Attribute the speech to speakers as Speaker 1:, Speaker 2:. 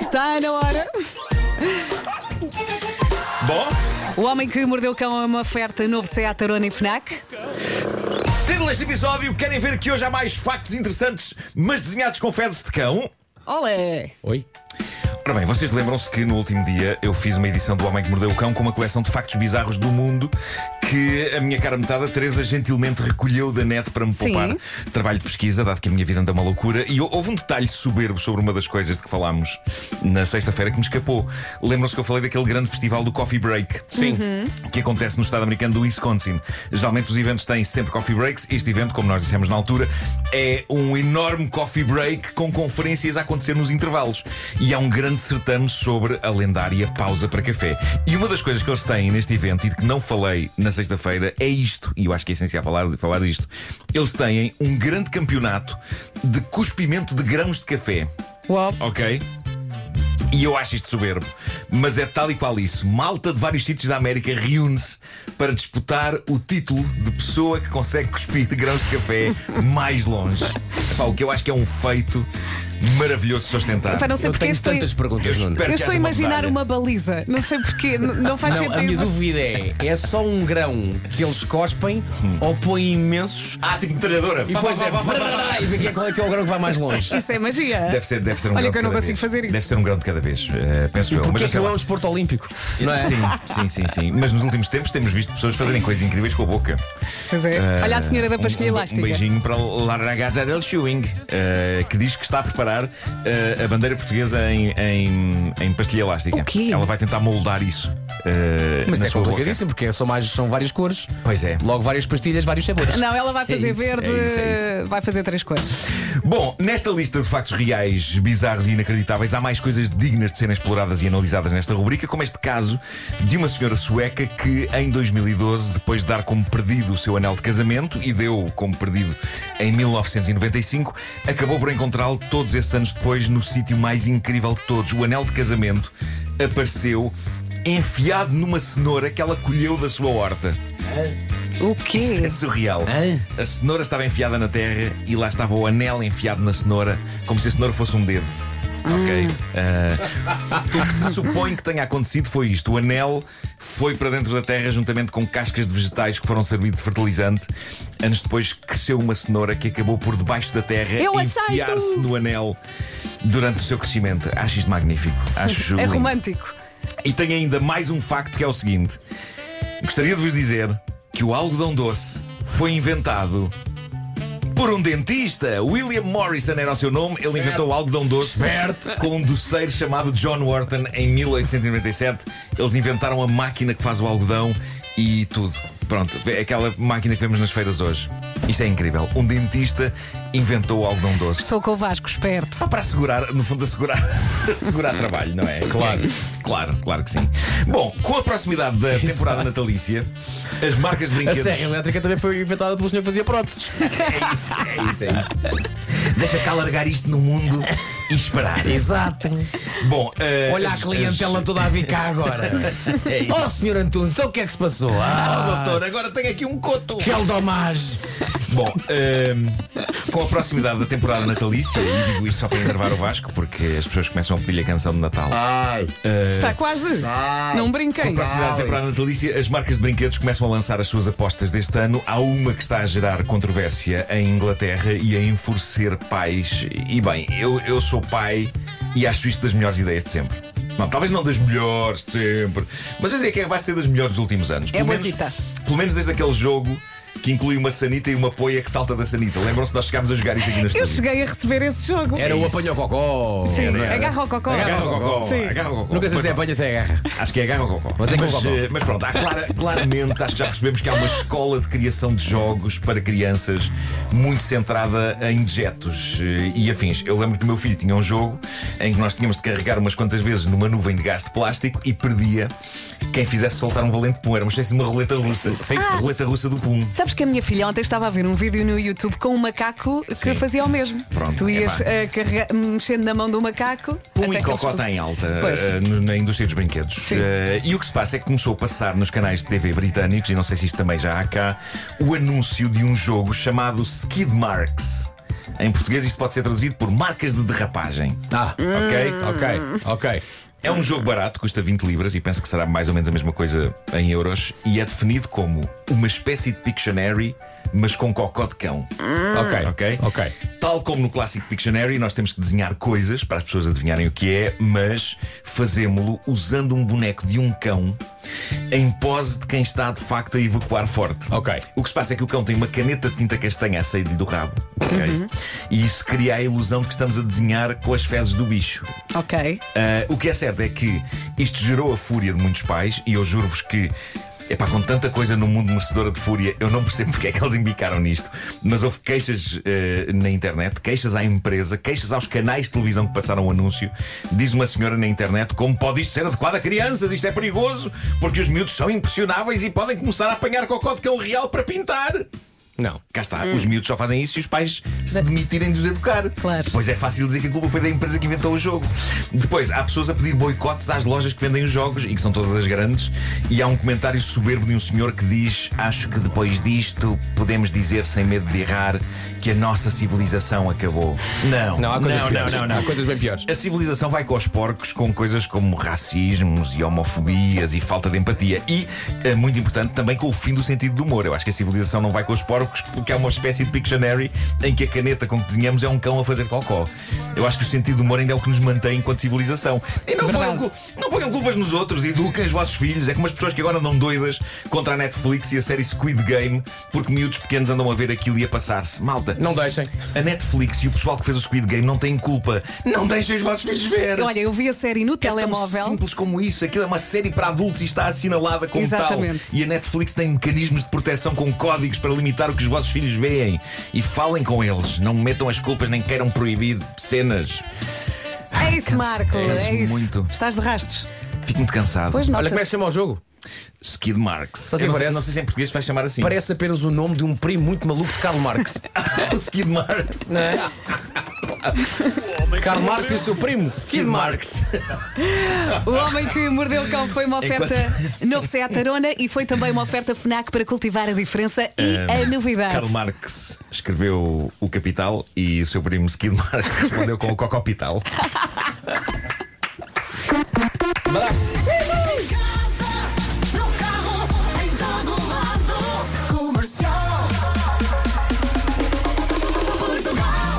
Speaker 1: Está na hora.
Speaker 2: Bom,
Speaker 1: O Homem que Mordeu o Cão é uma oferta novo Seat Arona e Fnac.
Speaker 2: título deste episódio, querem ver que hoje há mais factos interessantes, mas desenhados com fezes de cão?
Speaker 1: Olé!
Speaker 3: Oi?
Speaker 2: Ora bem, vocês lembram-se que no último dia eu fiz uma edição do Homem que Mordeu o Cão com uma coleção de factos bizarros do mundo que a minha cara metada, Teresa, gentilmente recolheu da net para me
Speaker 1: Sim.
Speaker 2: poupar trabalho de pesquisa, dado que a minha vida anda uma loucura. E houve um detalhe soberbo sobre uma das coisas de que falámos na sexta-feira que me escapou. Lembram-se que eu falei daquele grande festival do Coffee Break? Sim. Que acontece no estado americano do Wisconsin. Geralmente os eventos têm sempre coffee breaks. Este evento, como nós dissemos na altura, é um enorme coffee break com conferências a acontecer nos intervalos. E há um grande certame sobre a lendária pausa para café. E uma das coisas que eles têm neste evento e de que não falei na sexta-feira é isto, e eu acho que é essencial falar, falar disto. Eles têm um grande campeonato de cuspimento de grãos de café.
Speaker 1: Uau!
Speaker 2: Ok? E eu acho isto soberbo, mas é tal e qual isso. Malta de vários sítios da América reúne-se para disputar o título de pessoa que consegue cuspir grãos de café mais longe. Epá, o que eu acho que é um feito maravilhoso de sustentar.
Speaker 1: Epá, não sei
Speaker 3: Eu
Speaker 1: porque
Speaker 3: tenho
Speaker 1: estou,
Speaker 3: tantas perguntas, Nuno.
Speaker 2: espero
Speaker 1: eu
Speaker 2: que
Speaker 1: estou a
Speaker 2: haja uma
Speaker 1: imaginar
Speaker 2: medalha.
Speaker 1: uma baliza. Não sei porquê, n- não faz
Speaker 3: Não,
Speaker 1: sentido.
Speaker 3: a minha
Speaker 1: mas-
Speaker 3: dúvida é: é só um grão que eles cospem
Speaker 2: Hum.
Speaker 3: ou põem imensos?
Speaker 2: Ah, tipo metralhadora.
Speaker 3: E depois é. E vê quem é- qual é que é o grão que vai mais longe?
Speaker 1: Isso é magia.
Speaker 2: Deve ser, deve ser um
Speaker 1: Olha
Speaker 2: grão
Speaker 1: que eu
Speaker 2: de
Speaker 1: não
Speaker 2: cada
Speaker 1: consigo
Speaker 2: vez.
Speaker 1: fazer isso.
Speaker 2: Deve ser um grão de cada vez, eh, penso eu.
Speaker 3: Porque
Speaker 2: Mas
Speaker 3: é que
Speaker 2: sei
Speaker 3: não
Speaker 2: lá.
Speaker 3: é um desporto olímpico? Não é?
Speaker 2: Sim, sim, sim, sim. Mas nos últimos tempos temos visto pessoas fazerem coisas incríveis com a boca.
Speaker 1: Pois é.
Speaker 2: Eh,
Speaker 1: Olha a senhora da
Speaker 2: um-
Speaker 1: pastilha
Speaker 2: um,
Speaker 1: elástica.
Speaker 2: Um beijinho para a Ragazza del é Chewing, eh, que diz que está a preparar eh, a bandeira portuguesa em, em, em pastilha elástica.
Speaker 1: O quê?
Speaker 2: Ela vai tentar moldar isso. eh,
Speaker 3: Mas
Speaker 2: na
Speaker 3: é
Speaker 2: sua boca.
Speaker 3: complicadíssimo porque são, mais, são várias cores.
Speaker 2: Pois é.
Speaker 3: Logo várias pastilhas, vários sabores.
Speaker 1: Não, ela vai fazer
Speaker 2: isso, é
Speaker 1: verde,
Speaker 2: isso, é isso.
Speaker 1: vai fazer três coisas.
Speaker 2: Bom, nesta lista de factos reais, bizarros e inacreditáveis, há mais coisas dignas de serem exploradas e analisadas nesta rubrica, como este caso de uma senhora sueca que, em 2012, depois de dar como perdido o seu anel de casamento, e deu como perdido em 1995, acabou por encontrá-lo todos esses anos depois no sítio mais incrível de todos. O anel de casamento apareceu enfiado numa cenoura que ela colheu da sua horta.
Speaker 1: O
Speaker 2: Isto
Speaker 1: quê?
Speaker 2: é surreal.
Speaker 3: Hã?
Speaker 2: A cenoura estava enfiada na terra e lá estava o anel enfiado na cenoura, como se a cenoura fosse um dedo. Ok. Ah, o que se supõe que tenha acontecido foi isto: o anel foi para dentro da terra juntamente com cascas de vegetais que foram servidos de fertilizante. Anos depois cresceu uma cenoura que acabou por debaixo da terra
Speaker 1: Eu aceito!
Speaker 2: enfiar-se no anel durante o seu crescimento. Acho isto magnífico. Acho
Speaker 1: É
Speaker 2: lindo.
Speaker 1: romântico.
Speaker 2: E tenho ainda mais um facto que é o seguinte: gostaria de vos dizer que o algodão doce foi inventado por um dentista. William Morrison era o seu nome. Ele inventou o algodão doce com um doceiro chamado John Wharton em 1897. Eles inventaram a máquina que faz o algodão e tudo. Pronto, é aquela máquina que vemos nas feiras hoje. Isto é incrível. Um dentista inventou o algodão doce.
Speaker 1: Estou com o Vasco, esperto.
Speaker 2: Só para assegurar, no fundo, assegurar, assegurar trabalho, não é? Claro. Claro, claro que sim. Bom, com a proximidade da temporada natalícia, as marcas de
Speaker 3: A
Speaker 2: brinquedos.
Speaker 3: serra elétrica também foi inventada pelo senhor que fazia próteses.
Speaker 2: É isso, é isso, é isso. Deixa cá largar isto no mundo e esperar.
Speaker 3: Exato.
Speaker 2: Bom, eh,
Speaker 3: Olha a
Speaker 2: as-
Speaker 3: clientela toda a vir cá agora.
Speaker 2: É isso.
Speaker 3: Oh, senhor Antunes, então o que é que se passou?
Speaker 2: Ah,
Speaker 3: Ah,
Speaker 2: doutor, agora tenho aqui um coto.
Speaker 3: que aldomage.
Speaker 2: Bom, ehm, com a proximidade da temporada natalícia, e digo isto só para enervar o Vasco, porque as pessoas começam a pedir a canção de Natal.
Speaker 3: Ai.
Speaker 1: Está quase. Não brinquem.
Speaker 2: É. Com a proximidade da temporada natalícia, as marcas de brinquedos começam a lançar as suas apostas deste ano. Há uma que está a gerar controvérsia em Inglaterra e a enfurecer pais. E bem, eu, eu sou pai e acho isto das melhores ideias de sempre. Não, talvez não das melhores de sempre, mas eu diria que é, vai ser das melhores dos últimos anos.
Speaker 1: É boa dita.
Speaker 2: pelo menos desde aquele jogo que inclui uma sanita e uma poia que salta da sanita. Lembram-se, nós chegámos a jogar isso aqui na
Speaker 1: Eu
Speaker 2: estúdio.
Speaker 1: cheguei a receber esse jogo.
Speaker 3: Era o
Speaker 2: é isso.
Speaker 3: apanha o cocó.
Speaker 1: Sim,
Speaker 3: Era- era.
Speaker 1: agarra o cocó.
Speaker 2: Agarra o cocó,
Speaker 1: Sim.
Speaker 2: agarra o cocó.
Speaker 3: Nunca sei se
Speaker 2: Pois
Speaker 3: é apanha, se é agarra.
Speaker 2: Acho que é agarra ou cocó.
Speaker 3: Mas é com cocó.
Speaker 2: eh, mas pronto, há clara- claramente, acho que já percebemos que há uma escola de criação de jogos para crianças muito centrada em dejetos eh, e afins. Eu lembro que o meu filho tinha um jogo em que nós tínhamos de carregar umas quantas vezes numa nuvem de gás de plástico e perdia quem fizesse soltar um valente pum. Era uma espécie de uma roleta russa. Sei,
Speaker 1: Ah,
Speaker 2: roleta russa do pum.
Speaker 1: Sabes que a minha filha ontem estava a ver um vídeo no YouTube com um macaco que
Speaker 2: Sim.
Speaker 1: fazia o mesmo.
Speaker 2: Pronto,
Speaker 1: tu ias
Speaker 2: epá.
Speaker 1: eh, carrega- mexendo na mão do macaco.
Speaker 2: Pum
Speaker 1: até
Speaker 2: e
Speaker 1: que
Speaker 2: Cocó
Speaker 1: eles-
Speaker 2: está em alta
Speaker 1: Pois.
Speaker 2: eh, no- na indústria dos brinquedos.
Speaker 1: Sim.
Speaker 2: Eh, e o que se passa é que começou a passar nos canais de TV britânicos, e não sei se isso também já há cá, o anúncio de um jogo chamado Skid Marks. Em português isto pode ser traduzido por marcas de derrapagem.
Speaker 3: Ah,
Speaker 2: Ok?
Speaker 3: ok, ok.
Speaker 2: É um jogo barato, custa 20 libras e penso que será mais ou menos a mesma coisa em euros e é definido como uma espécie de Pictionary, mas com cocó de cão.
Speaker 3: Ok,
Speaker 2: Ok?
Speaker 3: ok.
Speaker 2: Tal como no clássico Pictionary, nós temos que desenhar coisas para as pessoas adivinharem o que é, mas fazemo-lo usando um boneco de um cão em pose de quem está de facto a evacuar forte.
Speaker 3: Ok.
Speaker 2: O que se passa é que o cão tem uma caneta de tinta castanha a sair-lhe do rabo. ok? E isso cria a ilusão de que estamos a desenhar com as fezes do bicho.
Speaker 1: Ok.
Speaker 2: Ah, o que é certo é que isto gerou a fúria de muitos pais e eu juro-vos que. Epá, com tanta coisa no mundo merecedora de fúria, eu não percebo porque é que eles embicaram nisto. Mas houve queixas eh, na internet, queixas à empresa, queixas aos canais de televisão que passaram o anúncio. Diz uma senhora na internet como pode isto ser adequado a crianças, isto é perigoso, porque os miúdos são impressionáveis e podem começar a apanhar cocó de cão real para pintar.
Speaker 3: Não.
Speaker 2: Cá está, os miúdos só fazem isso se os pais se demitirem de os educar.
Speaker 1: Claro.
Speaker 2: Depois é fácil dizer que a culpa foi da empresa que inventou o jogo. Depois há pessoas a pedir boicotes às lojas que vendem os jogos e que são todas as grandes. E há um comentário soberbo de um senhor que diz: Acho que depois disto podemos dizer sem medo de errar que a nossa civilização acabou. Não,
Speaker 3: Não, há coisas
Speaker 2: não, não,
Speaker 3: piores.
Speaker 2: não, não.
Speaker 3: Há coisas bem piores.
Speaker 2: A civilização vai com os porcos com coisas como racismos e homofobias e falta de empatia. E, é muito importante, também com o fim do sentido do humor. Eu acho que a civilização não vai com os porcos porque é uma espécie de Pictionary em que a caneta com que desenhamos é um cão a fazer cocó. Eu acho que o sentido do humor ainda é o que nos mantém enquanto civilização. E não
Speaker 1: Verdade.
Speaker 2: ponham, cu- não ponham culpas nos outros, eduquem os vossos filhos. É como as pessoas que agora andam doidas contra a Netflix e a série Squid Game porque miúdos pequenos andam a ver aquilo e a passar-se. Malta,
Speaker 3: Não deixem.
Speaker 2: a Netflix e o pessoal que fez o Squid Game não têm culpa. Não deixem os vossos filhos ver.
Speaker 1: Olha, eu vi a série no
Speaker 2: é
Speaker 1: telemóvel.
Speaker 2: tão simples como isso. Aquilo é uma série para adultos e está assinalada como
Speaker 1: Exatamente.
Speaker 2: tal. E a Netflix tem mecanismos de proteção com códigos para limitar o que os vossos filhos veem. E falem com eles. Não metam as culpas nem queiram proibir cenas.
Speaker 1: É isso,
Speaker 2: Canso-
Speaker 1: Marco. É
Speaker 2: canso
Speaker 1: isso.
Speaker 2: muito.
Speaker 1: Estás de rastros.
Speaker 2: Fico muito cansado.
Speaker 1: Pois não.
Speaker 3: Olha como é que se chama o jogo.
Speaker 2: Skid Marks.
Speaker 3: Só assim
Speaker 2: Eu não, sei,
Speaker 3: parece.
Speaker 2: não sei se em português vai chamar assim.
Speaker 3: Parece apenas o nome de um primo muito maluco de Karl Marx.
Speaker 2: o Skid Marks.
Speaker 3: Não é? Karl Marx e o seu primo, Skid Marx.
Speaker 1: O Homem que Mordeu o Cão foi uma oferta novo Seat Arona e foi também uma oferta FNAC para cultivar a diferença e
Speaker 2: É,
Speaker 1: a novidade.
Speaker 2: Karl Marx escreveu o Capital e o seu primo Skid Marx respondeu com o Cocopital.
Speaker 3: Abraço.